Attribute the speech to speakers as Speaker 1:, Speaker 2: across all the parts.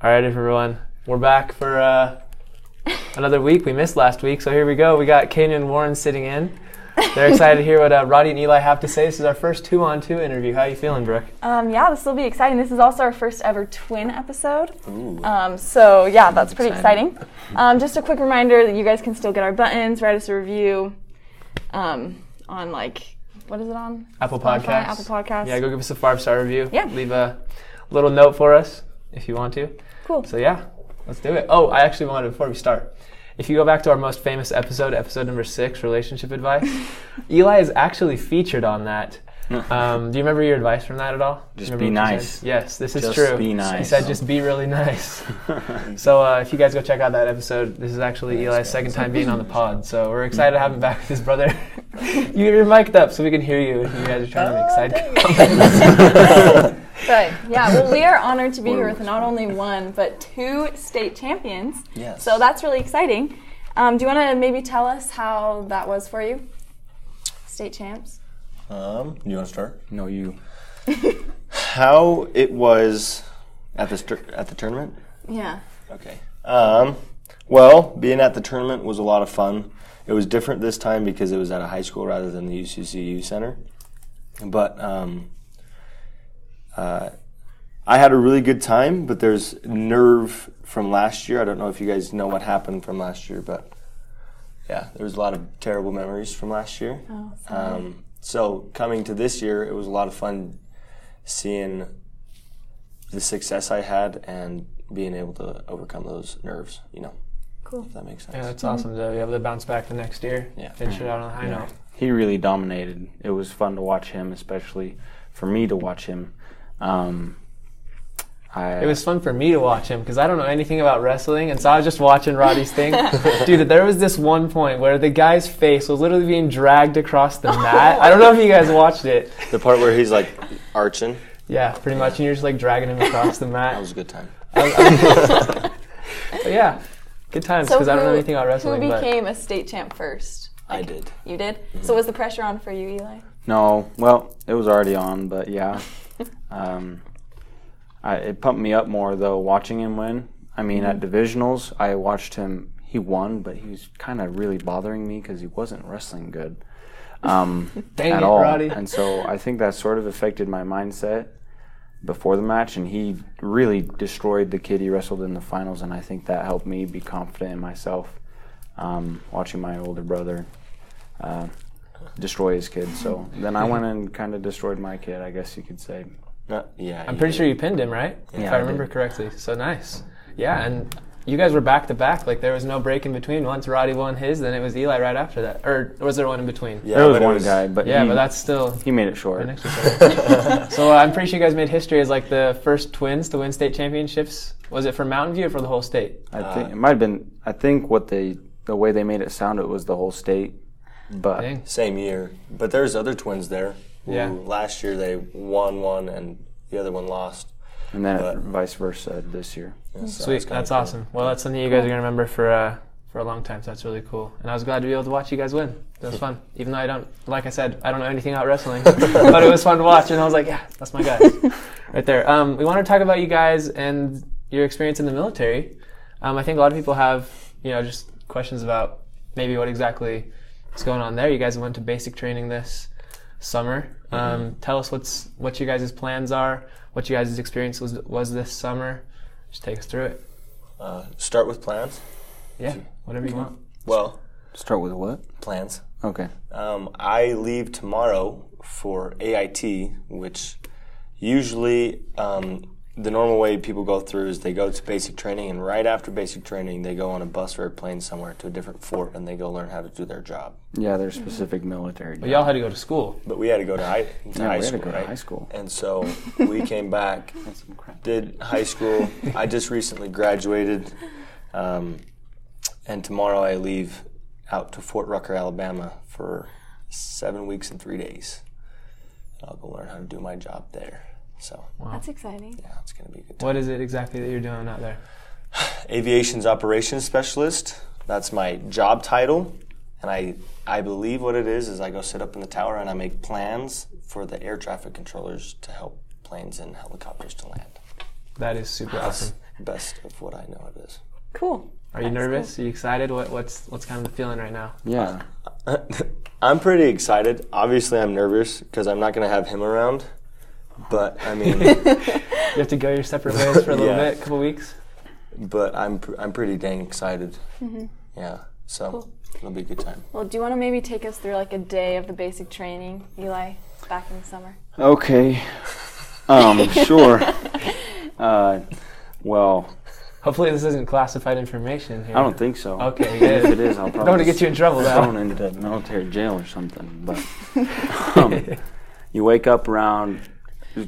Speaker 1: All right, everyone, we're back for uh, another week. We missed last week, so here we go. We got Kenya and Warren sitting in. They're excited to hear what uh, Roddy and Eli have to say. This is our first two-on-two interview. How you feeling, Brooke?
Speaker 2: Um, yeah, this will be exciting. This is also our first ever twin episode. Um, so, yeah, that's pretty exciting. Um, just a quick reminder that you guys can still get our buttons, write us a review um, on like, what is it on?
Speaker 1: Apple
Speaker 2: Spotify,
Speaker 1: Podcasts.
Speaker 2: Apple Podcasts.
Speaker 1: Yeah, go give us a five-star review.
Speaker 2: Yeah.
Speaker 1: Leave a little note for us if you want to.
Speaker 2: Cool.
Speaker 1: So yeah, let's do it. Oh, I actually wanted before we start. If you go back to our most famous episode, episode number six, relationship advice, Eli is actually featured on that. Um, do you remember your advice from that at all? Do you
Speaker 3: Just
Speaker 1: remember
Speaker 3: be
Speaker 1: what you
Speaker 3: nice.
Speaker 1: said? Yes, this is
Speaker 3: Just
Speaker 1: true.
Speaker 3: be
Speaker 1: He
Speaker 3: nice.
Speaker 1: said, "Just be really nice." so uh, if you guys go check out that episode, this is actually Eli's second time being on the pod. So we're excited
Speaker 3: Mm-hmm.
Speaker 1: to have him back with his brother. you, you're mic'd up, so we can hear you. If you guys are trying
Speaker 3: Oh,
Speaker 1: to make side comments.
Speaker 2: Right. Yeah, well, we are honored to be here with not only one, but two state champions.
Speaker 3: Yes.
Speaker 2: So, that's really exciting. Um, do you want to maybe tell us how that was for you? State champs?
Speaker 4: Um, you want to start?
Speaker 3: No, you.
Speaker 4: How it was at the str- at the tournament?
Speaker 2: Yeah.
Speaker 4: Okay. Um, well, being at the tournament was a lot of fun. It was different this time because it was at a high school rather than the UCCU center. But um, uh, I had a really good time. But there's nerve from last year. I don't know if you guys know what happened from last year, but yeah, there was a lot of terrible memories from last year.
Speaker 2: Oh,
Speaker 1: Uh,
Speaker 2: sorry.
Speaker 4: Um, so coming to this year, it was a lot of fun seeing the success I had and being able to overcome those nerves. You know,
Speaker 2: cool.
Speaker 4: if that makes sense.
Speaker 1: yeah, that's awesome to be able to bounce back the next year.
Speaker 4: Yeah.
Speaker 1: Finish it out on a high
Speaker 3: Yeah.
Speaker 1: note.
Speaker 3: He really dominated. It was fun to watch him, especially for me to watch him. Um, I,
Speaker 1: It was fun for me to watch him because I don't know anything about wrestling, and so I was just watching Roddy's thing. Dude, there was this one point where the guy's face was literally being dragged across the mat. I don't know if you guys watched it.
Speaker 4: The part where he's like arching,
Speaker 1: Yeah, pretty much, and you're just like dragging him across the
Speaker 4: that
Speaker 1: mat.
Speaker 4: was a good time.
Speaker 1: But yeah, good times because I don't know anything about wrestling.
Speaker 2: Who
Speaker 1: but
Speaker 2: became a state champ first?
Speaker 4: I did.
Speaker 2: You did? So was the pressure on for you, Eli?
Speaker 3: no, well, it was already on, but yeah. um, I, it pumped me up more though watching him win. I mean, at
Speaker 1: Mm-hmm.
Speaker 3: divisionals, I watched him. He won, but he was kind of really bothering me because he wasn't wrestling good. Um,
Speaker 1: Dang
Speaker 3: at
Speaker 1: it,
Speaker 3: all.
Speaker 1: Roddy.
Speaker 3: And so I think that sort of affected my mindset before the match. And he really destroyed the kid he wrestled in the finals. And I think that helped me be confident in myself um, watching my older brother uh, destroy his kid. So then
Speaker 1: Mm-hmm.
Speaker 3: I went and kind of destroyed my kid, I guess you could say.
Speaker 4: Not, yeah,
Speaker 1: I'm pretty sure you pinned him, right? if
Speaker 3: Yeah,
Speaker 1: I
Speaker 3: I
Speaker 1: remember
Speaker 3: did.
Speaker 1: correctly. So nice. Yeah, and you guys were back to back. Like there was no break in between. Once Roddy won his, then it was Eli right after that, or was there one in between?
Speaker 4: Yeah,
Speaker 3: There was
Speaker 4: but it
Speaker 3: one guy, but
Speaker 1: Yeah,
Speaker 3: he,
Speaker 1: but that's still
Speaker 3: he made it short.
Speaker 1: An extra second. so uh, I'm pretty sure you guys made history as like the first twins to win state championships. Was it for Mountain View or for the whole state?
Speaker 3: I think it might have been. I think what they the way they made it sound it was the whole state, but
Speaker 1: Dang.
Speaker 4: Same year, but there's other twins there. who
Speaker 1: Yeah.
Speaker 4: Last year they won one and the other one lost.
Speaker 3: and then
Speaker 4: But-
Speaker 3: vice versa this year.
Speaker 4: Yeah, so
Speaker 1: Sweet,
Speaker 4: it's kinda
Speaker 1: that's
Speaker 4: cool.
Speaker 1: awesome. Well, that's something you guys are gonna remember for uh, for a long time. So that's really cool. And I was glad to be able to watch you guys win. It was fun, even though I don't, like I said, I don't know anything about wrestling, but it was fun to watch. And I was like, yeah, that's my guys, right there. Um, we want to talk about you guys and your experience in the military. Um, I think a lot of people have, you know, just questions about maybe what exactly is going on there. You guys went to basic training this summer. Um, tell us what's what you guys' plans are, what you guys' experience was was this summer. Just take us through it.
Speaker 4: Uh, start with plans.
Speaker 1: Yeah, whatever you want.
Speaker 4: Well,
Speaker 3: Start with what?
Speaker 4: plans.
Speaker 3: Okay.
Speaker 4: Um, I leave tomorrow for AIT, which usually um, the normal way people go through is they go to basic training, and right after basic training, they go on a bus or a plane somewhere to a different fort and they go learn how to do their job.
Speaker 3: Yeah, they're specific military.
Speaker 1: But y'all had to go to school.
Speaker 4: But we had to go to high, to
Speaker 3: we
Speaker 4: high
Speaker 3: had to
Speaker 4: school,
Speaker 3: go to
Speaker 4: right?
Speaker 3: high school.
Speaker 4: And so we came back, did high school. I just recently graduated, um, and tomorrow I leave out to Fort Rucker, Alabama, for seven weeks and three days. I'll go learn how to do my job there. So
Speaker 2: That's exciting.
Speaker 4: yeah, it's gonna be a good. Time.
Speaker 1: What is it exactly that you're doing out there?
Speaker 4: Aviation's operations specialist. That's my job title, and I I believe what it is is I go sit up in the tower and I make plans for the air traffic controllers to help planes and helicopters to land.
Speaker 1: That is super awesome.
Speaker 4: best of what I know it is.
Speaker 2: Cool.
Speaker 1: Are you nervous? Are you excited? What, what's what's kind of the feeling right now?
Speaker 3: Yeah.
Speaker 4: I'm pretty excited. Obviously, I'm nervous because I'm not going to have him around. But I mean,
Speaker 1: You have to go your separate ways for a little
Speaker 4: Yeah.
Speaker 1: bit, couple weeks.
Speaker 4: but I'm pr- I'm pretty dang excited. Yeah. So it'll be a good time.
Speaker 2: Well, do you want to maybe take us through like a day of the basic training, Eli, back in the summer?
Speaker 3: Okay. Um, sure. Uh, well,
Speaker 1: Hopefully, this isn't classified information here.
Speaker 3: I don't think so.
Speaker 1: Okay,
Speaker 3: If
Speaker 1: yeah.
Speaker 3: it is, I'll probably
Speaker 1: don't want to get you in trouble
Speaker 3: thrown
Speaker 1: though.
Speaker 3: into the military jail or something. But um, you wake up around.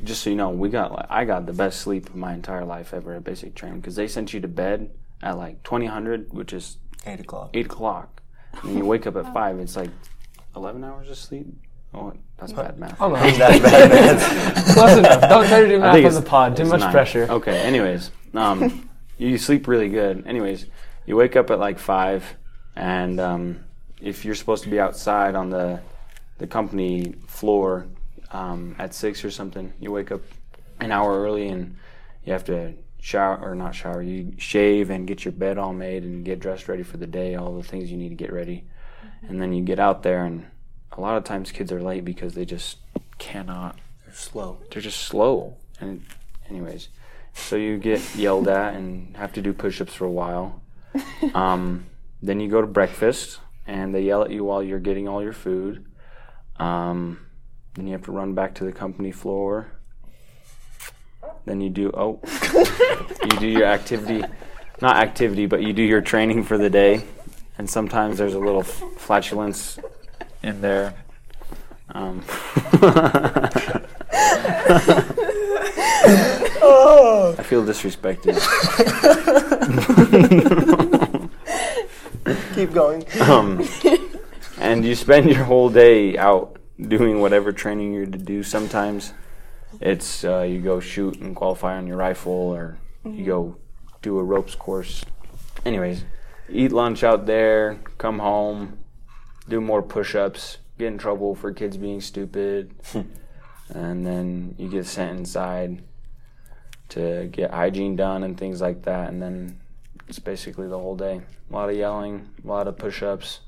Speaker 3: Just so you know, we got like I got the best sleep of my entire life ever at basic training because they sent you to bed at like twenty hundred, which is
Speaker 4: Eight o'clock.
Speaker 3: eight o'clock, and you wake up at five. It's like eleven hours of sleep. Oh, that's bad math.
Speaker 1: Oh no,
Speaker 4: That's bad, man.
Speaker 1: close enough. Don't try to do
Speaker 3: I
Speaker 1: math
Speaker 3: think
Speaker 1: on the
Speaker 3: it's-
Speaker 1: pod. Too
Speaker 3: it's
Speaker 1: much
Speaker 3: nine.
Speaker 1: pressure.
Speaker 3: Okay. Anyways, um, you sleep really good. Anyways, you wake up at like five, and um, if you're supposed to be outside on the the company floor um, at six or something, you wake up an hour early and you have to shower or not shower. You shave and get your bed all made and get dressed ready for the day. All the things you need to get ready, and then you get out there and. A lot of times kids are late because they just cannot
Speaker 4: Slow.
Speaker 3: they're just slow. And anyways, so you get yelled at and have to do push-ups for a while. Um, then you go to breakfast and they yell at you while you're getting all your food. Um, then you have to run back to the company floor. Then you do oh, you do your activity, not activity, but you do your training for the day. And sometimes there's a little f- flatulence in there. Um, I feel disrespected.
Speaker 4: Keep going.
Speaker 3: Um, and you spend your whole day out doing whatever training you're to do. Sometimes it's uh, you go shoot and qualify on your rifle, or you go do a ropes course. Anyways, eat lunch out there, come home, do more push ups, get in trouble for kids being stupid, and then you get sent inside to get hygiene done and things like that. And then it's basically the whole day. A lot of yelling, a lot of push ups.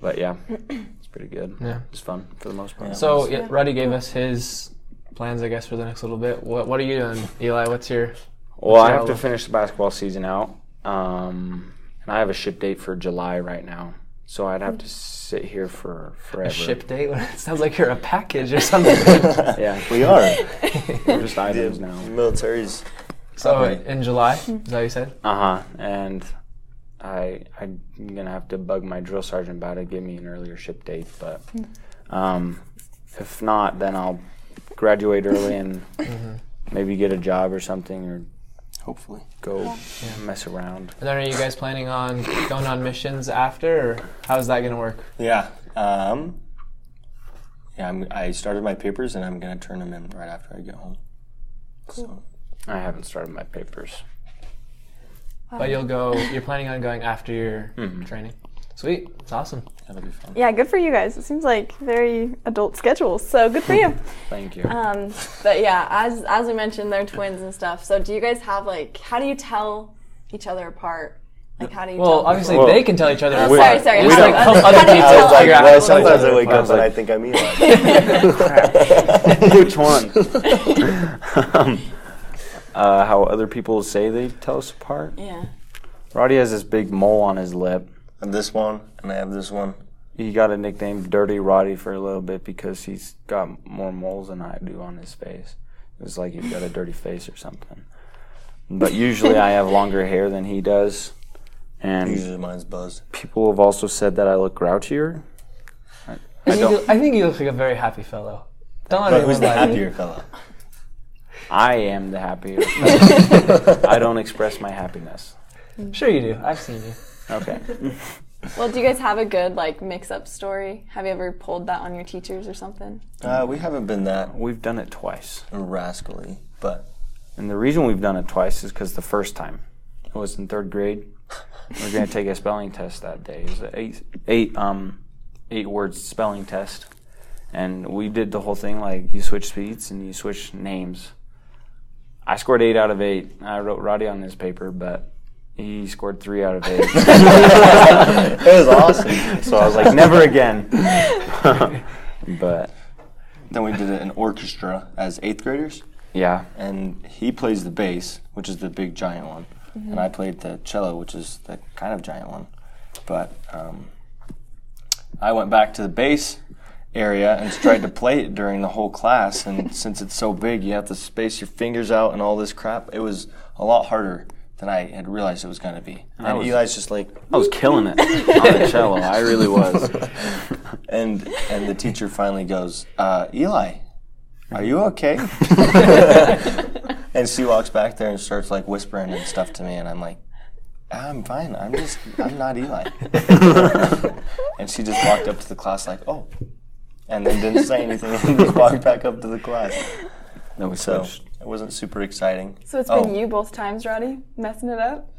Speaker 3: But yeah, it's pretty good.
Speaker 1: Yeah.
Speaker 3: It's fun for the most part.
Speaker 1: So yeah, Ruddy gave us his plans, I guess, for the next little bit. What What are you doing, Eli? What's your
Speaker 3: Well, I
Speaker 1: Yeah,
Speaker 3: have to
Speaker 1: well-
Speaker 3: finish the basketball season out, um, and I have a ship date for July right now, so I'd have to sit here for forever.
Speaker 1: ship date? it sounds like you're a package or something.
Speaker 3: Yeah,
Speaker 4: We are.
Speaker 3: we're just items
Speaker 4: the
Speaker 3: now.
Speaker 4: military's
Speaker 1: so
Speaker 4: Okay.
Speaker 1: in July, is that what you said?
Speaker 3: Uh huh. And I I'm gonna have to bug my drill sergeant about it, give me an earlier ship date, but
Speaker 2: Hmm.
Speaker 3: um, if not, then I'll graduate early and maybe get a job or something or
Speaker 4: hopefully.
Speaker 3: go mess around.
Speaker 1: And then are you guys planning on going on missions after, or how's that gonna work?
Speaker 4: Yeah. Um, yeah. I'm, I started my papers and I'm gonna turn them in right after I get home. So
Speaker 3: I haven't started my papers.
Speaker 1: But you'll go. You're planning on going after your training. Sweet, it's awesome.
Speaker 4: that'll be fun.
Speaker 2: Yeah, good for you guys. It seems like very adult schedules, so good for you.
Speaker 3: Thank you.
Speaker 2: Um, but yeah, as as we mentioned, they're twins and stuff. So do you guys have like how do you tell each other apart? Like how do you?
Speaker 1: Well,
Speaker 2: tell
Speaker 1: obviously
Speaker 3: Well,
Speaker 1: they can tell each other.
Speaker 2: Oh,
Speaker 1: apart.
Speaker 2: sorry, sorry.
Speaker 1: We
Speaker 2: How
Speaker 1: don't
Speaker 2: do-
Speaker 1: help
Speaker 2: how
Speaker 1: other
Speaker 2: do you
Speaker 1: people
Speaker 2: tell-
Speaker 4: I was like,
Speaker 1: figure out
Speaker 4: well,
Speaker 1: what
Speaker 4: sometimes I
Speaker 1: other
Speaker 4: wake
Speaker 1: people
Speaker 4: up
Speaker 1: are.
Speaker 4: and I think I'm Eli.
Speaker 3: Which one? um, uh, how other people say they tell us apart.
Speaker 2: Yeah.
Speaker 3: Roddy has this big mole on his lip.
Speaker 4: I have this one and I have this one.
Speaker 3: He got a nickname Dirty Roddy for a little bit because he's got more moles than I do on his face. It's like he's got a dirty face or something. But usually I have longer hair than he does. And
Speaker 4: Usually mine's buzzed.
Speaker 3: people have also said that I look grouchier.
Speaker 1: I
Speaker 3: I, I
Speaker 1: think,
Speaker 3: don't.
Speaker 1: you, I think you look like a very happy fellow. Don't let
Speaker 4: But who's
Speaker 1: anyone
Speaker 4: the
Speaker 1: lie to you.
Speaker 4: happier fella?
Speaker 3: I am the happier. I don't express my happiness.
Speaker 1: Sure you do. I've seen you.
Speaker 3: Okay.
Speaker 2: Well, do you guys have a good like mix-up story? Have you ever pulled that on your teachers or something?
Speaker 4: Uh, we haven't been that
Speaker 3: We've done it twice.
Speaker 4: rascally, but
Speaker 3: And the reason we've done it twice is because the first time it was in third grade. We are gonna take a spelling test that day. It was an eight, eight, um, eight words spelling test, and we did the whole thing like you switch speeds and you switch names. I scored eight out of eight. I wrote Roddy on this paper, but he scored three out of eight.
Speaker 4: it was awesome.
Speaker 3: so I was like, never again. but
Speaker 4: Then we did an orchestra as eighth graders,
Speaker 3: yeah,
Speaker 4: and he plays the bass, which is the big giant one, and I played the cello, which is the kind of giant one. But um, I went back to the bass area and tried to play it during the whole class, and since it's so big, you have to space your fingers out and all this crap. It was a lot harder than I had realized it was going to be. And
Speaker 3: was-
Speaker 4: Eli's just like,
Speaker 3: I was killing it on the cello. I really was.
Speaker 4: and and the teacher finally goes, uh, Eli, are you okay? and she walks back there and starts like whispering and stuff to me, and I'm like, I'm fine. I'm just I'm not Eli. and she just walked up to the class like, oh, and then didn't say anything and just walked back up to the class.
Speaker 3: No, we
Speaker 4: So
Speaker 3: switched
Speaker 4: it wasn't super exciting.
Speaker 2: So it's
Speaker 4: Oh.
Speaker 2: been you both times, Roddy, messing it up.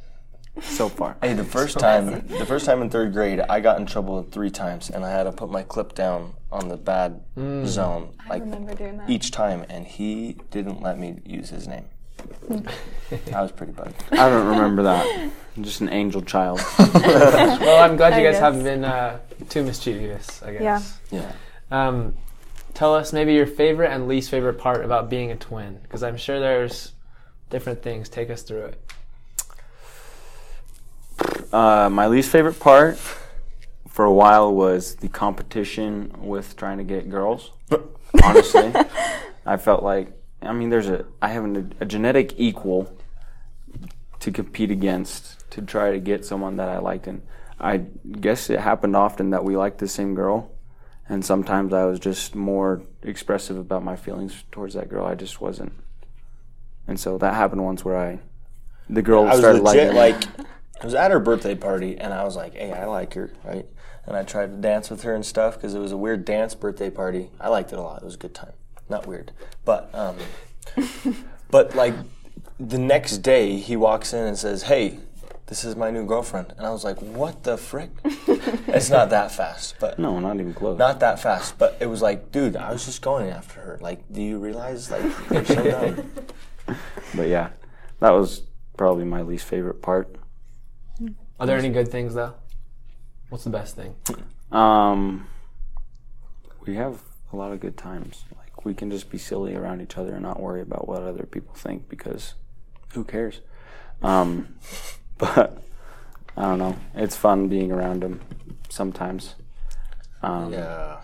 Speaker 3: so far.
Speaker 4: Hey, the first time, the first time in third grade, I got in trouble three times, and I had to put my clip down on the bad zone, like
Speaker 2: I remember doing that.
Speaker 4: each time, and he didn't let me use his name. I was pretty bugged.
Speaker 3: I don't remember that. I'm just an angel child.
Speaker 1: Well, I'm glad you
Speaker 2: I
Speaker 1: guys
Speaker 2: guess.
Speaker 1: haven't been uh, too mischievous, I guess.
Speaker 4: Yeah.
Speaker 1: Um, tell us maybe your favorite and least favorite part about being a twin, because I'm sure there's different things. Take us through it.
Speaker 3: Uh, my least favorite part for a while was the competition with trying to get girls. Honestly, I felt like I mean, there's a I have an, a genetic equal to compete against to try to get someone that I liked, and I guess it happened often that we liked the same girl, and sometimes I was just more expressive about my feelings towards that girl. I just wasn't, and so that happened once where I. The girl
Speaker 4: I was
Speaker 3: started
Speaker 4: legit
Speaker 3: liking
Speaker 4: like, I was at her birthday party, and I was like, "Hey, I like her," right? And I tried to dance with her and stuff because it was a weird dance birthday party. I liked it a lot. It was a good time. Not weird, but um, but like the next day, he walks in and says, "Hey." This is my new girlfriend, and I was like, "What the frick?" it's not that fast, but
Speaker 3: no, not even close.
Speaker 4: not that fast, but it was like, dude, I was just going after her. Like, do you realize? Like, you're so dumb.
Speaker 3: But yeah, that was probably my least favorite part.
Speaker 1: Are there any good things though? What's the best thing?
Speaker 3: Um, we have a lot of good times. Like we can just be silly around each other and not worry about what other people think because who cares? Um, but I don't know. It's fun being around them sometimes. Um,
Speaker 4: Yeah.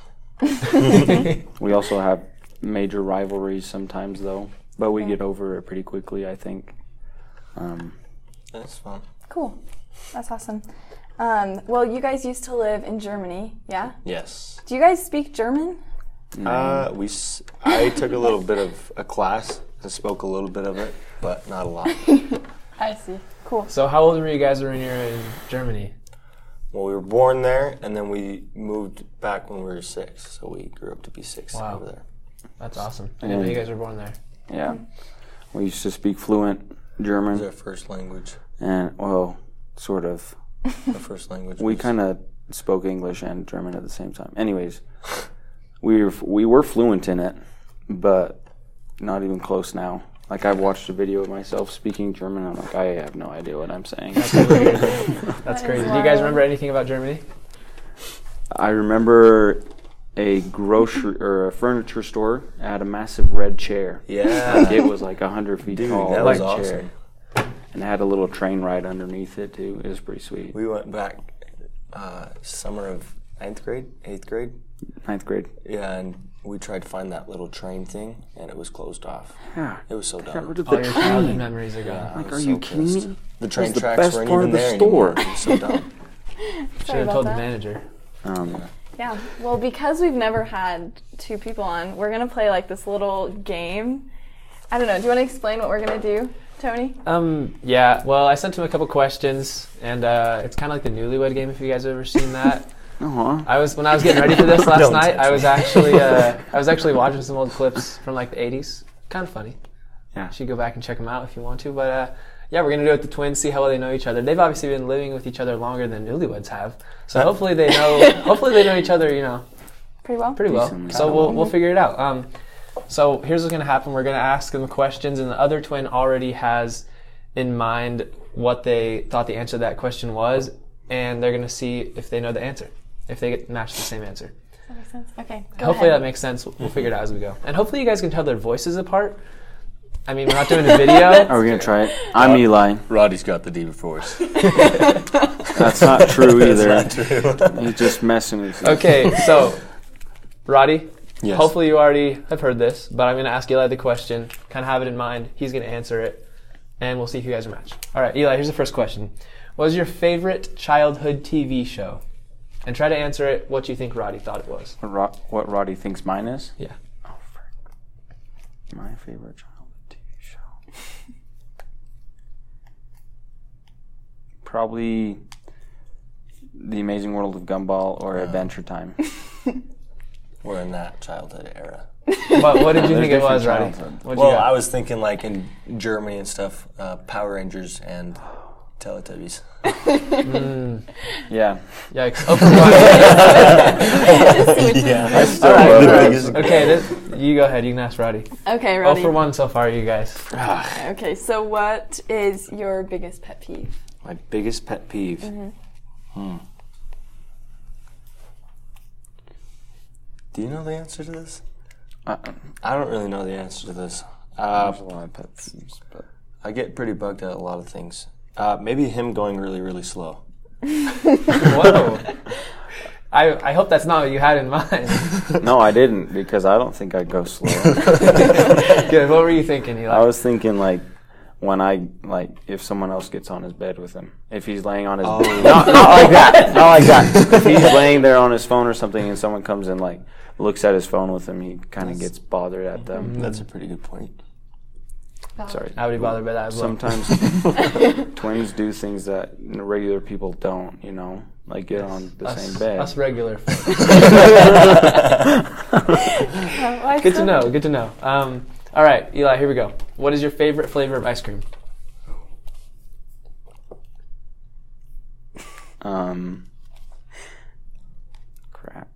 Speaker 3: We also have major rivalries sometimes though, but we get over it pretty quickly, I think. Um,
Speaker 4: That's fun.
Speaker 2: Cool. That's awesome. Um, well, you guys used to live in Germany, yeah?
Speaker 4: Yes.
Speaker 2: Do you guys speak German?
Speaker 3: Mm.
Speaker 4: Uh, we. S- I took a little bit of a class. I spoke a little bit of it, but not a lot.
Speaker 2: I see. Cool.
Speaker 1: So, how old were you guys when you were in Germany?
Speaker 4: Well, we were born there, and then we moved back when we were six. So we grew up to be six
Speaker 1: Wow.
Speaker 4: over there.
Speaker 1: That's awesome. I didn't know you guys were born there.
Speaker 3: yeah, we used to speak fluent German.
Speaker 4: It was our first language.
Speaker 3: and well, sort of.
Speaker 4: Our first language.
Speaker 3: We
Speaker 4: was-
Speaker 3: kind of spoke English and German at the same time. Anyways, we were, we were fluent in it, but not even close now. Like I've watched a video of myself speaking German. I'm like, I have no idea what I'm saying.
Speaker 1: That's crazy. Do you guys remember anything about Germany?
Speaker 3: I remember a grocery or a furniture store had a massive red chair.
Speaker 4: Yeah.
Speaker 3: It was like hundred feet
Speaker 4: Dude,
Speaker 3: tall,
Speaker 4: that
Speaker 3: red
Speaker 4: was awesome.
Speaker 3: chair, and it had a little train ride underneath it too. It was pretty sweet.
Speaker 4: We went back uh, summer of ninth grade, eighth grade.
Speaker 3: Ninth grade.
Speaker 4: Yeah, and we tried to find that little train thing, and it was closed off.
Speaker 3: Yeah.
Speaker 4: It was so
Speaker 3: Got rid
Speaker 4: dumb.
Speaker 3: of
Speaker 1: All
Speaker 3: the
Speaker 1: your
Speaker 3: train.
Speaker 1: childhood memories are gone.
Speaker 3: Like, are you kidding me?
Speaker 4: The train
Speaker 3: the
Speaker 4: tracks
Speaker 3: best
Speaker 4: weren't
Speaker 3: part
Speaker 4: even
Speaker 3: of the
Speaker 4: there
Speaker 3: store.
Speaker 4: anymore. It was so dumb.
Speaker 1: Should have told the manager.
Speaker 3: Um,
Speaker 2: Yeah. Well, because we've never had two people on, we're going to play like this little game. I don't know. Do you want to explain what we're going to do, Tony?
Speaker 1: Um, yeah. Well, I sent him a couple questions, and uh, it's kind of like the Newlywed Game. If you guys have ever seen that,
Speaker 3: uh-huh.
Speaker 1: I was when I was getting ready for this last
Speaker 4: Don't
Speaker 1: night.
Speaker 4: touch
Speaker 1: I was actually uh, I was actually watching some old clips from like the '80s. Kind of funny.
Speaker 3: Yeah.
Speaker 1: You should go back and check them out if you want to. But uh, yeah, we're gonna do it with the twins. See how well they know each other. They've obviously been living with each other longer than newlyweds have. So hopefully they know. hopefully they know each other. You know,
Speaker 2: Pretty well?
Speaker 1: pretty well.
Speaker 3: Decently.
Speaker 1: So we'll we'll figure it out. Um, So here's what's gonna happen. We're gonna ask them questions, and the other twin already has in mind what they thought the answer to that question was, and they're gonna see if they know the answer. If they get match the same answer.
Speaker 2: Does that make sense? Okay. Go
Speaker 1: hopefully
Speaker 2: ahead.
Speaker 1: that makes sense. We'll
Speaker 3: Mm-hmm.
Speaker 1: we'll figure it out as we go. And hopefully you guys can tell their voices apart. I mean, we're not doing a video.
Speaker 3: Are we gonna try it? I'm Eli.
Speaker 4: Roddy's got the diva force.
Speaker 3: That's not true either.
Speaker 4: true.
Speaker 3: He's just messing with you.
Speaker 1: Okay, so Roddy,
Speaker 4: yes.
Speaker 1: hopefully you already have heard this, but I'm going to ask Eli the question, kind of have it in mind. He's going to answer it, and we'll see if you guys match. All right, Eli, here's the first question. What was your favorite childhood TV show? And try to answer it what you think Roddy thought it was.
Speaker 3: Ro- what Roddy thinks mine is?
Speaker 1: Yeah.
Speaker 3: Oh, frick. My favorite childhood TV show. Probably The Amazing World of Gumball or Adventure Time.
Speaker 4: We're in that childhood era.
Speaker 1: But what did you
Speaker 3: There's
Speaker 1: think it
Speaker 3: different
Speaker 1: was, Roddy?
Speaker 3: childhood.
Speaker 1: What'd you
Speaker 4: Well,
Speaker 1: got?
Speaker 4: I was thinking like in Germany and stuff, uh, Power Rangers and Teletubbies.
Speaker 3: Yeah.
Speaker 1: Yikes. Oh, Open wide.
Speaker 4: yeah.
Speaker 3: Still
Speaker 1: right.
Speaker 3: love it.
Speaker 1: okay, this, you go ahead. You can ask Roddy.
Speaker 2: Okay,
Speaker 1: Oh,
Speaker 2: ready.
Speaker 1: for one so far, you guys.
Speaker 2: Okay, so what is your biggest pet peeve?
Speaker 3: My biggest pet peeve. Hmm.
Speaker 4: Do you know the answer to this?
Speaker 3: Uh-uh.
Speaker 4: I don't really know the answer to this. Uh,
Speaker 3: There's a lot of pet peeves, but
Speaker 4: I get pretty bugged at a lot of things. Uh, maybe him going really, really slow.
Speaker 1: Whoa. I, I hope that's not what you had in mind.
Speaker 3: no, I didn't because I don't think I go slow.
Speaker 1: Good. What were you thinking, Eli?
Speaker 3: I was thinking like when I like if someone else gets on his bed with him, if he's laying on his bed, not, not like that, not like that. If he's laying there on his phone or something, and someone comes and like looks at his phone with him, he kind of gets bothered at them.
Speaker 4: Mm. That's a pretty good point.
Speaker 3: Sorry.
Speaker 1: I would be bothered by that as well.
Speaker 3: Sometimes twins do things that n- regular people don't. You know, like get on the
Speaker 1: us,
Speaker 3: same bed.
Speaker 1: us regular. folks.
Speaker 2: Why
Speaker 1: Good
Speaker 2: so-
Speaker 1: to know. Good to know. Um, all right, Eli. Here we go. What is your favorite flavor of ice cream?
Speaker 3: um, crap.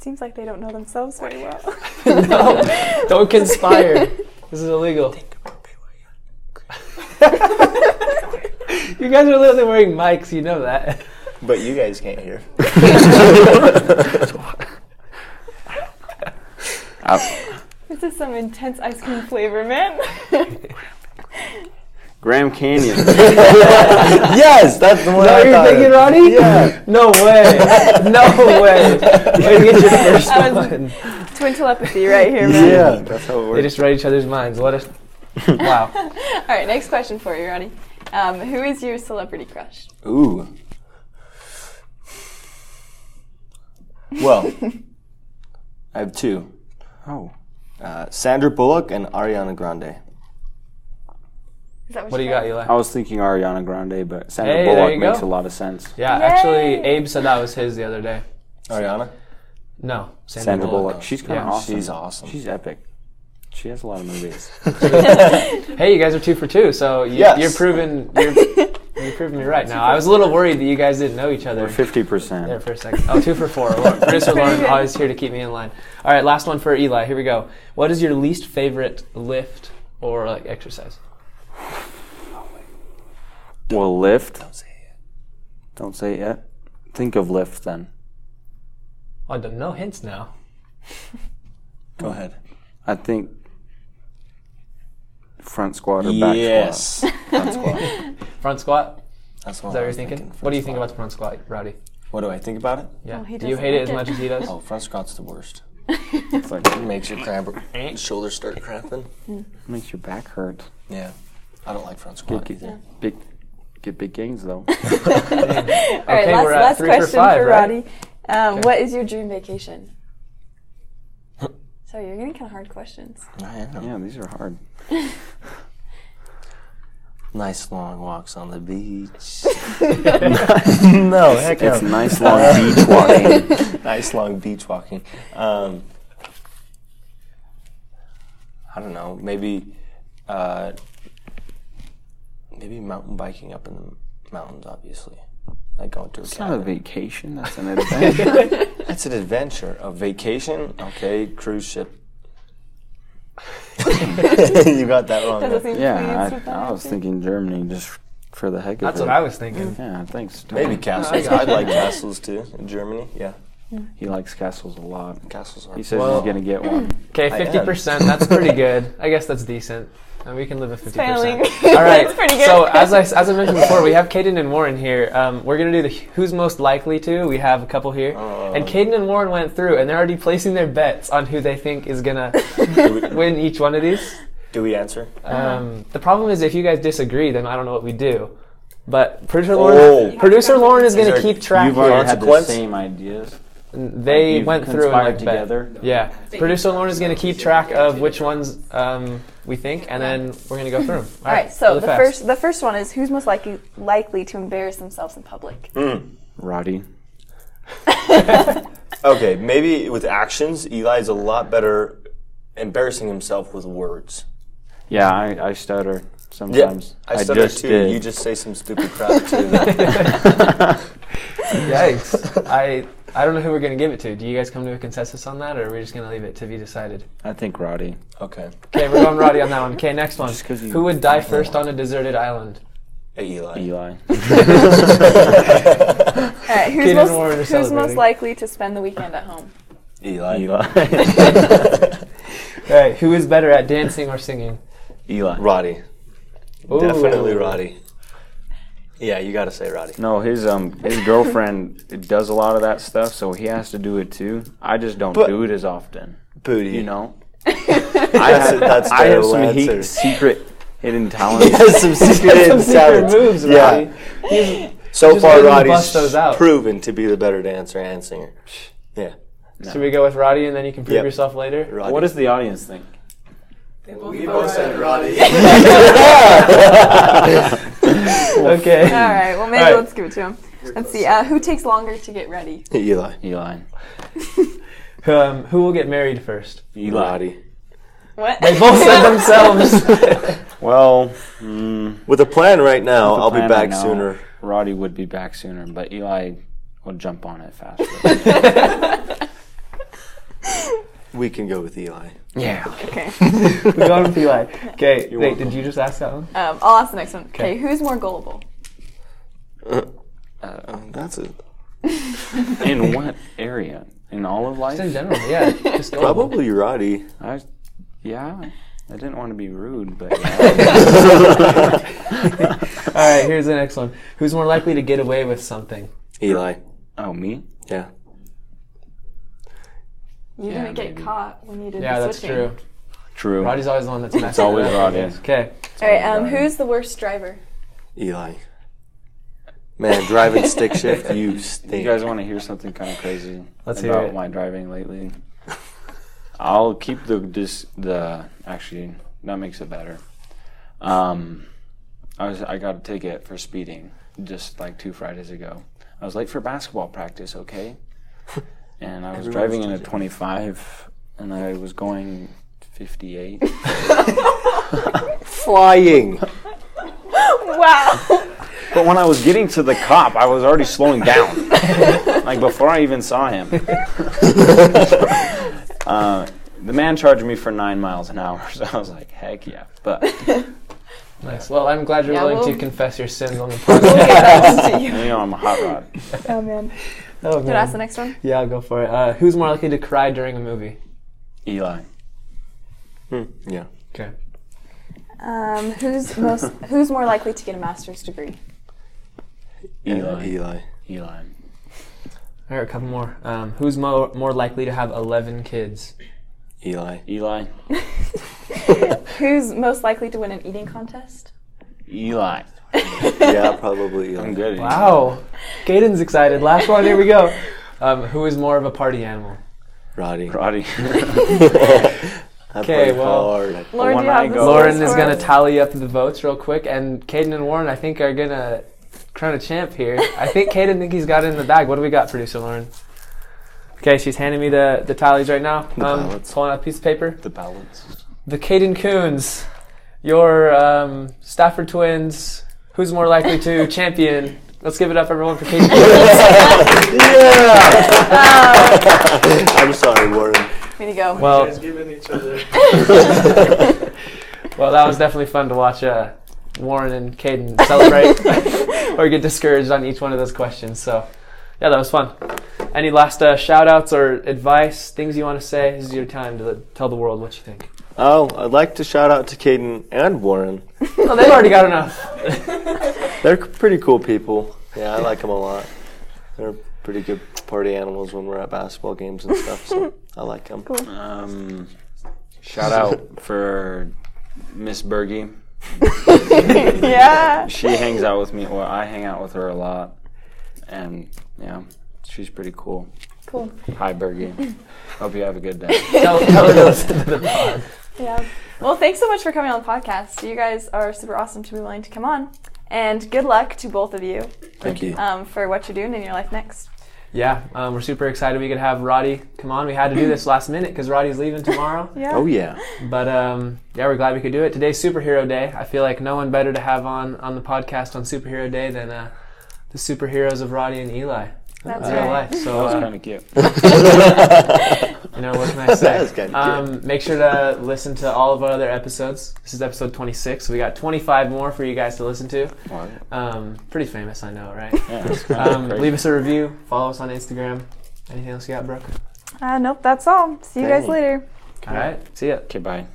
Speaker 2: Seems like they don't know themselves very well.
Speaker 1: Don't conspire. this is illegal. you guys are literally wearing mics. You know that.
Speaker 4: But you guys can't hear.
Speaker 2: this is some intense ice cream flavor, man.
Speaker 3: Graham Canyon.
Speaker 4: yes, that's the one.
Speaker 1: Are
Speaker 4: I
Speaker 1: you
Speaker 4: thought of.
Speaker 1: thinking, Ronnie? Yeah. No way. No way. Way to get your first
Speaker 2: I was-
Speaker 1: one.
Speaker 2: Twin telepathy right here, man.
Speaker 4: Yeah, that's how it
Speaker 1: They
Speaker 4: works.
Speaker 1: just read each other's minds. What a wow.
Speaker 2: All right, next question for you, Ronnie. Um, who is your celebrity crush?
Speaker 4: Ooh. Well, I have two
Speaker 3: oh,
Speaker 4: uh, Sandra Bullock and Ariana Grande.
Speaker 2: Is that
Speaker 1: What do you got, Eli?
Speaker 3: I was thinking Ariana Grande, but Sandra
Speaker 1: Hey, there
Speaker 3: Bullock
Speaker 1: you
Speaker 3: makes
Speaker 1: go.
Speaker 3: a lot of sense.
Speaker 1: Yeah,
Speaker 2: Yay.
Speaker 1: actually, Abe said that was his the other day.
Speaker 4: Ariana?
Speaker 1: No, Sandra,
Speaker 3: Sandra
Speaker 1: Bullock.
Speaker 3: Bullock. She's kind of
Speaker 1: Yeah,
Speaker 3: awesome.
Speaker 4: She's awesome.
Speaker 3: She's epic. She has a lot of movies.
Speaker 1: Hey, you guys are two for two, so you,
Speaker 4: Yes.
Speaker 1: you're proving you're, you're proving me right now. I was a little worried that you guys didn't know each other
Speaker 3: Fifty
Speaker 1: there
Speaker 3: percent.
Speaker 1: for a second. Oh, two for four. Well, Producer Lauren always here to keep me in line. All right, last one for Eli. Here we go. What is your least favorite lift or like exercise?
Speaker 3: Well, lift.
Speaker 4: Don't say it.
Speaker 3: Don't say it yet. Think of lift then.
Speaker 1: Oh, d- no hints now.
Speaker 4: Go ahead.
Speaker 3: I think front squat or back
Speaker 4: yes. Front squat.
Speaker 1: Front squat.
Speaker 4: That's what,
Speaker 1: Is that
Speaker 4: I
Speaker 1: what you're
Speaker 4: was
Speaker 1: thinking?
Speaker 4: front
Speaker 1: What do you think
Speaker 4: squat.
Speaker 1: about the front squat, Rowdy?
Speaker 4: What do I think about it?
Speaker 1: Yeah.
Speaker 2: he
Speaker 1: do you
Speaker 2: doesn't
Speaker 1: hate it
Speaker 2: like
Speaker 1: as
Speaker 2: it.
Speaker 1: much as he does?
Speaker 4: Oh, front squat's the worst.
Speaker 3: squat. It's like,
Speaker 4: It makes your cramp, shoulders start cramping.
Speaker 3: makes your back hurt.
Speaker 4: Yeah, I don't like front squat
Speaker 3: Okay.
Speaker 4: either.
Speaker 3: Big, get big gains though.
Speaker 2: All right,
Speaker 1: Okay,
Speaker 2: last,
Speaker 1: we're at
Speaker 2: last
Speaker 1: three for
Speaker 2: question for,
Speaker 1: five, right?
Speaker 2: Roddy. Um, What is your dream vacation? Sorry, you're getting kind of hard questions.
Speaker 4: I am.
Speaker 3: yeah, these are hard.
Speaker 4: Nice long walks on the beach. no, heck
Speaker 3: It's nice long beach walking.
Speaker 4: nice long beach walking. Um, I don't know. Maybe, uh, maybe mountain biking up in the mountains. Obviously, like going to a
Speaker 3: It's not a
Speaker 4: cabin.
Speaker 3: vacation. That's an adventure.
Speaker 4: That's an adventure. A vacation. Okay, cruise ship you got that wrong.
Speaker 2: Doesn't seem
Speaker 3: Yeah,
Speaker 2: pleased with
Speaker 3: I,
Speaker 2: that
Speaker 3: I was
Speaker 2: answer.
Speaker 3: thinking Germany just for the heck of
Speaker 1: That's
Speaker 3: it.
Speaker 1: what I was thinking.
Speaker 3: Yeah, thanks. Tom.
Speaker 4: Maybe castles.
Speaker 1: got
Speaker 4: I like castles too. In Germany, yeah,
Speaker 3: He likes castles a lot.
Speaker 4: castles are.
Speaker 3: He says
Speaker 1: Well-
Speaker 3: he's gonna get one.
Speaker 1: Okay,
Speaker 4: I am.
Speaker 1: fifty percent. That's pretty good. I guess that's decent. And we can live with fifty
Speaker 2: failing.
Speaker 1: percent. All right.
Speaker 2: That's pretty good.
Speaker 1: So as I, as I mentioned before, we have Caden and Warren here. Um, we're gonna do the who's most likely to. We have a couple here,
Speaker 4: Oh.
Speaker 1: and Caden and Warren went through, and they're already placing their bets on who they think is gonna
Speaker 4: do, we,
Speaker 1: win each one of these.
Speaker 4: do we answer?
Speaker 2: Uh-huh.
Speaker 1: Um, the problem is if you guys disagree, then I don't know what we do. But producer Lauren,
Speaker 4: Oh.
Speaker 1: producer Lauren is gonna
Speaker 4: Is there-
Speaker 1: keep track.
Speaker 3: You've already
Speaker 1: Here.
Speaker 3: had the
Speaker 4: Consequence?
Speaker 3: same ideas.
Speaker 1: They
Speaker 3: You've
Speaker 1: went through and
Speaker 3: conspired
Speaker 1: like bet.
Speaker 3: together.
Speaker 1: Yeah. Producer Lauren is going to keep track of which ones um, we think, and then we're going to go through them.
Speaker 2: All right. So the first, the first one is who's most likely likely to embarrass themselves in public.
Speaker 4: Mm.
Speaker 3: Roddy.
Speaker 4: Okay, maybe with actions, Eli's a lot better embarrassing himself with words. Um,
Speaker 3: Yeah, I, I stutter sometimes.
Speaker 4: I stutter
Speaker 3: just
Speaker 4: too.
Speaker 3: did.
Speaker 4: You just say some stupid crap too.
Speaker 1: Yikes. I, I don't know who we're going to give it to. Do you guys come to a consensus on that, or are we just going to leave it to be decided?
Speaker 3: I think Roddy.
Speaker 4: okay,
Speaker 1: Okay, we're going Roddy on that one. Okay, next one.
Speaker 3: 'cause you-
Speaker 1: Who would die first on a deserted island?
Speaker 4: hey, Eli.
Speaker 3: Eli.
Speaker 2: All right. Who's
Speaker 1: Kaden and Warren are
Speaker 2: most who's most
Speaker 1: celebrating.
Speaker 2: likely to spend the weekend at home?
Speaker 4: Eli.
Speaker 3: Eli.
Speaker 1: All right, who is better at dancing or singing?
Speaker 3: Eli.
Speaker 4: Roddy.
Speaker 1: Ooh.
Speaker 4: Definitely Roddy. Yeah, you got to say Roddy.
Speaker 3: No, his um his girlfriend does a lot of that stuff, so he has to do it too. I just don't
Speaker 4: But-
Speaker 3: do it as often.
Speaker 4: Booty.
Speaker 3: You know. I have,
Speaker 4: that's
Speaker 3: I have
Speaker 4: terrible
Speaker 3: some
Speaker 4: answer.
Speaker 3: he- secret hidden talents.
Speaker 4: some secret
Speaker 1: Some secret moves, Roddy.
Speaker 4: Yeah. So
Speaker 1: Just
Speaker 4: far,
Speaker 1: waiting to
Speaker 4: Roddy's
Speaker 1: bust those out.
Speaker 4: proven to be the better dancer and singer. Yeah.
Speaker 1: Should we go with Roddy, and then you can prove
Speaker 4: Yep.
Speaker 1: yourself later?
Speaker 4: Roddy.
Speaker 3: What does the audience think?
Speaker 4: we both said Roddy?
Speaker 1: Okay.
Speaker 2: All right. Well, maybe
Speaker 1: Hmm. All right.
Speaker 2: let's give it to him. Let's see. Uh, who takes longer to get ready?
Speaker 4: Eli.
Speaker 3: Eli.
Speaker 1: Um, who will get married first?
Speaker 4: Roddy.
Speaker 2: What?
Speaker 1: They both said themselves.
Speaker 3: Well, mm,
Speaker 4: With a plan right now,
Speaker 3: the
Speaker 4: hmm, I'll be
Speaker 3: plan
Speaker 4: back
Speaker 3: I know,
Speaker 4: sooner.
Speaker 3: Roddy would be back sooner, but Eli will jump on it faster.
Speaker 4: We can go with Eli.
Speaker 3: yeah.
Speaker 2: Okay.
Speaker 1: We're going with Eli. Okay, wait, did you just ask that one?
Speaker 2: Um, I'll ask the next one. Okay.
Speaker 1: Okay.
Speaker 2: Who's more gullible?
Speaker 4: Uh, That's it.
Speaker 3: Uh, In what area? In all of life?
Speaker 1: Just in general, yeah. Just go.
Speaker 4: Probably Roddy.
Speaker 3: I, yeah. I didn't want to be rude, but yeah.
Speaker 1: All right, here's the next one. Who's more likely to get away with something?
Speaker 4: Eli.
Speaker 3: oh me?
Speaker 4: Yeah.
Speaker 2: You
Speaker 3: Yeah,
Speaker 2: didn't get
Speaker 3: maybe.
Speaker 2: caught when you did
Speaker 1: Yeah,
Speaker 2: the
Speaker 1: that's
Speaker 2: switching.
Speaker 1: true.
Speaker 3: True.
Speaker 1: Roddy's always the one that's messing It's
Speaker 3: always Roddy.
Speaker 1: Okay.
Speaker 2: All right. Um, who's the worst driver?
Speaker 4: Eli. Man, driving stick shift, you stink.
Speaker 3: you guys want to hear something kind of crazy
Speaker 1: Let's hear
Speaker 3: about
Speaker 1: it.
Speaker 3: my driving lately? I'll keep the dis- the actually that makes it better. Um, I was I got a ticket for speeding just like two Fridays ago. I was late for basketball practice, okay? And I was driving in a 25, and I was going 58.
Speaker 4: flying.
Speaker 2: Wow.
Speaker 3: But when I was getting to the cop, I was already slowing down. like before I even saw him. uh, the man charged me for nine miles an hour, so I was like, heck yeah. But you
Speaker 1: Nice. Well, I'm glad you're
Speaker 2: Yeah,
Speaker 1: willing
Speaker 2: we'll-
Speaker 1: to confess your sins on the podcast.
Speaker 2: We'll get that one to you.
Speaker 3: know, I'm a hot rod.
Speaker 2: Oh man.
Speaker 1: oh,
Speaker 2: Should I ask the
Speaker 1: man.
Speaker 2: next one?
Speaker 1: Yeah, I'll go for it. Uh, who's more likely to cry during a movie?
Speaker 3: Eli.
Speaker 4: Hmm, Yeah.
Speaker 1: Okay.
Speaker 2: Um, who's most? Who's more likely to get a master's degree?
Speaker 3: Eli. Eli.
Speaker 4: Eli.
Speaker 1: All right, a couple more. Um, who's mo- more likely to have 11 kids?
Speaker 4: Eli.
Speaker 3: Eli.
Speaker 2: Who's most likely to win an eating contest?
Speaker 3: Eli.
Speaker 4: Yeah, probably Eli.
Speaker 3: I'm good. at it.
Speaker 1: Wow. Caden's excited. Last one. Here we go. Um, who is more of a party animal?
Speaker 4: Roddy.
Speaker 3: Roddy.
Speaker 1: Okay,
Speaker 4: Okay,
Speaker 1: well-
Speaker 4: hard.
Speaker 2: Lauren, do
Speaker 3: one
Speaker 2: you have
Speaker 3: I
Speaker 2: the
Speaker 3: go-
Speaker 2: scores
Speaker 1: Lauren is
Speaker 2: for
Speaker 1: going to
Speaker 2: us?
Speaker 1: tally up the votes real quick, and Caden and Warren, I think, are going to crown a champ here. I think Caden think he's got it in the bag. What do we got, producer Lauren? Okay, she's handing me the, the tallies right now. Um,
Speaker 4: ballots.
Speaker 1: pulling out a piece of paper.
Speaker 3: the balance.
Speaker 1: The Caden Coons, your um, Stafford twins. Who's more likely to champion? Let's give it up, everyone, for Caden. Coons.
Speaker 4: Yeah! I'm sorry, Warren.
Speaker 2: Way to go.
Speaker 1: Well-
Speaker 5: guys giving each other.
Speaker 1: Well, that was definitely fun to watch uh, Warren and Caden celebrate or get discouraged on each one of those questions. So, yeah, that was fun. Any last uh, shout outs or advice, things you want to say? This is your time to tell the world what you think.
Speaker 4: Oh, I'd like to shout out to Caden and Warren.
Speaker 1: Well, they've already got enough.
Speaker 4: They're c- pretty cool people. Yeah, I like them a lot. They're pretty good party animals when we're at basketball games and stuff. So I like them.
Speaker 3: Um, shout out for Miss Bergie.
Speaker 2: yeah.
Speaker 3: She hangs out with me. Well, I hang out with her a lot, and yeah, she's pretty cool.
Speaker 2: Cool.
Speaker 3: Hi, Bergie. Hope you have a good day.
Speaker 1: tell, tell her to listen to the pod.
Speaker 2: Yeah. Well, thanks so much for coming on the podcast. You guys are super awesome to be willing to come on. And good luck to both of you
Speaker 4: Thank you.
Speaker 2: um, for what you're doing in your life next.
Speaker 1: Yeah, um, we're super excited we could have Roddy come on. We had to do this last minute because Roddy's leaving tomorrow.
Speaker 2: Yeah.
Speaker 4: Oh yeah.
Speaker 1: But um, yeah, we're glad we could do it. Today's Superhero Day. I feel like no one better to have on, on the podcast on Superhero Day than uh, the superheroes of Roddy and Eli.
Speaker 2: That's
Speaker 1: real
Speaker 2: right.
Speaker 1: life. So,
Speaker 3: That was
Speaker 1: uh,
Speaker 3: kind of cute.
Speaker 1: you know, what can I say?
Speaker 4: is kinda
Speaker 1: um, make sure to listen to all of our other episodes. This is episode 26. So we got 25 more for you guys to listen to.
Speaker 3: Wow.
Speaker 1: Um, pretty famous, I know, right?
Speaker 3: Yeah, that's kinda
Speaker 1: Um,
Speaker 3: crazy.
Speaker 1: leave us a review. Follow us on Instagram. Anything else you got, Brooke?
Speaker 2: Uh, nope, that's all. See you guys
Speaker 4: Dang.
Speaker 2: later.
Speaker 1: All right. See ya.
Speaker 3: Okay, bye.